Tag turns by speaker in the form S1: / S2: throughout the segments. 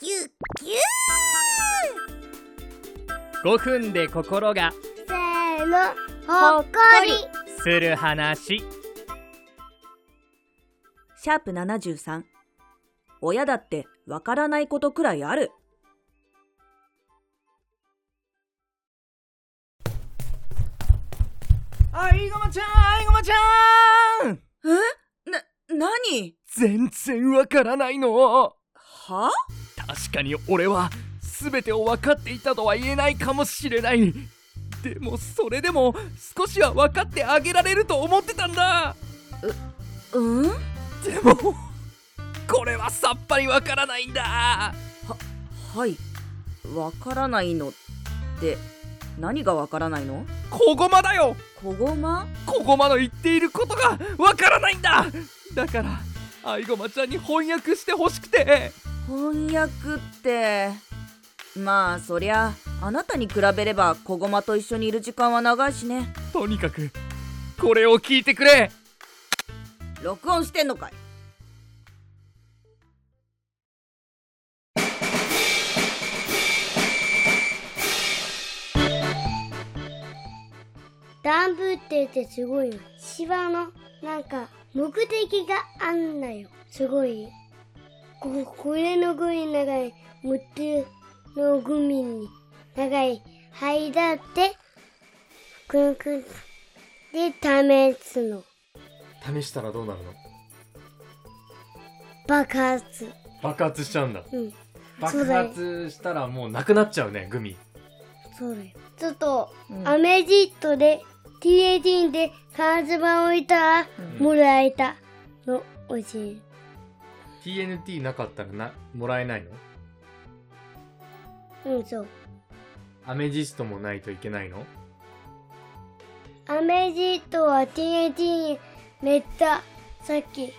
S1: ぎゅっぎゅっぎゅっ
S2: 5分で心が
S1: せーのほっこり
S2: する話
S3: シャープ73親だってわからないことくらいある
S2: あいごまちゃんあいごまちゃん
S3: えな、何
S2: 全然わからないの
S3: は
S2: 確かに俺は全てを分かっていたとは言えないかもしれないでもそれでも少しは分かってあげられると思ってたんだ
S3: うん
S2: でもこれはさっぱり分からないんだ
S3: はいわからないのって何がわからないの
S2: 小駒だよ
S3: 小駒
S2: 小駒の言っていることが分からないんだだから愛駒ちゃんに翻訳してほしくて
S3: 翻訳ってまあそりゃあなたに比べれば小駒と一緒にいる時間は長いしね
S2: とにかくこれを聞いてくれ
S3: 録音してんのかい
S4: ダンブってってすごいよ芝のなんか目的があんだよすごいここれのグミ長いもつのグミに長い灰だってくんくんで試すの
S5: 試したらどうなるの
S4: 爆発
S5: 爆発しちゃうんだ
S4: うん
S5: 爆発したらもうなくなっちゃうねグミ
S4: そうだよちょっと、
S3: うん
S4: アメジットで TAT で缶詰を置いたらもらえたのおじい
S5: TNT なかったらなもらえないの
S4: うんそう
S5: アメジストもないといけないの
S4: アメジとは TNT にめっちゃさっき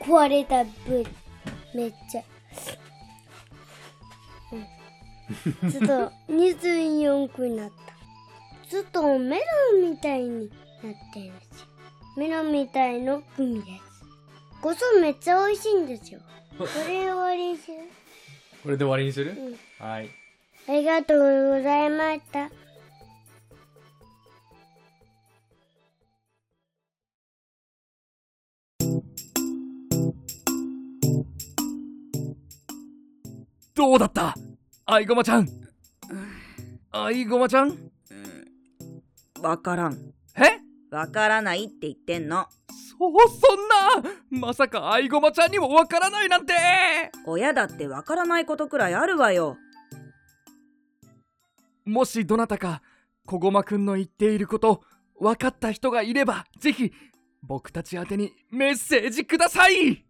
S4: 壊れた分めっちゃ、うん、ちょっと24区になったちょっとメロンみたいになってるしメロンみたいのグミですごそめっちゃ美味しいんですよこれを終わりにする
S5: これで終わりにする、
S4: ん
S5: はい
S4: ありがとうございました
S2: どうだった愛駒ちゃん愛駒ちゃん
S3: わからん
S2: え
S3: わからないって言ってんの
S2: そうそんなまさか愛駒ちゃんにもわからないなんて
S3: 親だってわからないことくらいあるわよ
S2: もしどなたか小駒くんの言っていること分かった人がいればぜひ僕たち宛てにメッセージください